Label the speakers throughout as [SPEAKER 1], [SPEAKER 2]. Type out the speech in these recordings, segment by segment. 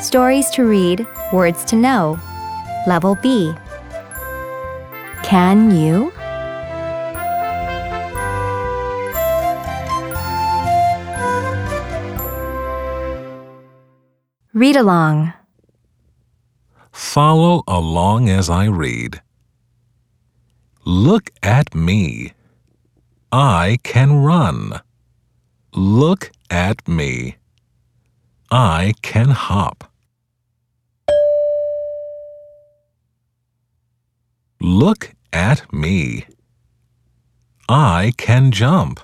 [SPEAKER 1] Stories to Read, Words to Know. Level B. Can you? Read along.
[SPEAKER 2] Follow along as I read. Look at me. I can run. Look at me. I can hop. Look at me. I can jump.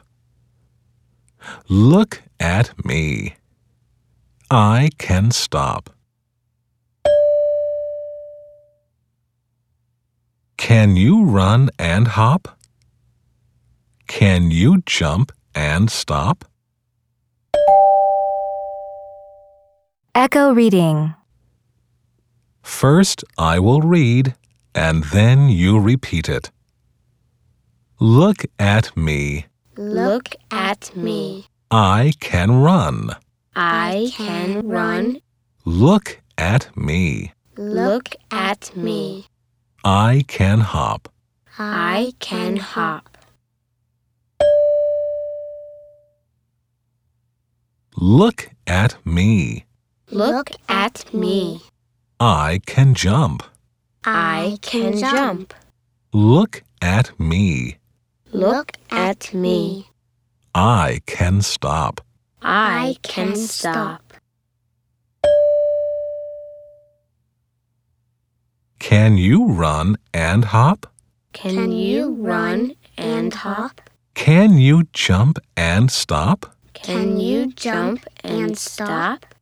[SPEAKER 2] Look at me. I can stop. Can you run and hop? Can you jump and stop?
[SPEAKER 1] Echo reading.
[SPEAKER 2] First I will read, and then you repeat it. Look at me.
[SPEAKER 3] Look at me.
[SPEAKER 2] I can run.
[SPEAKER 3] I can run.
[SPEAKER 2] Look at me.
[SPEAKER 3] Look at me.
[SPEAKER 2] I can hop.
[SPEAKER 3] I can hop.
[SPEAKER 2] Look at me.
[SPEAKER 3] Look at me.
[SPEAKER 2] I can jump.
[SPEAKER 3] I can jump.
[SPEAKER 2] Look at me.
[SPEAKER 3] Look at me.
[SPEAKER 2] I can stop.
[SPEAKER 3] I can stop.
[SPEAKER 2] Can you run and hop?
[SPEAKER 3] Can you run and hop?
[SPEAKER 2] Can you jump and stop?
[SPEAKER 3] Can you jump and stop?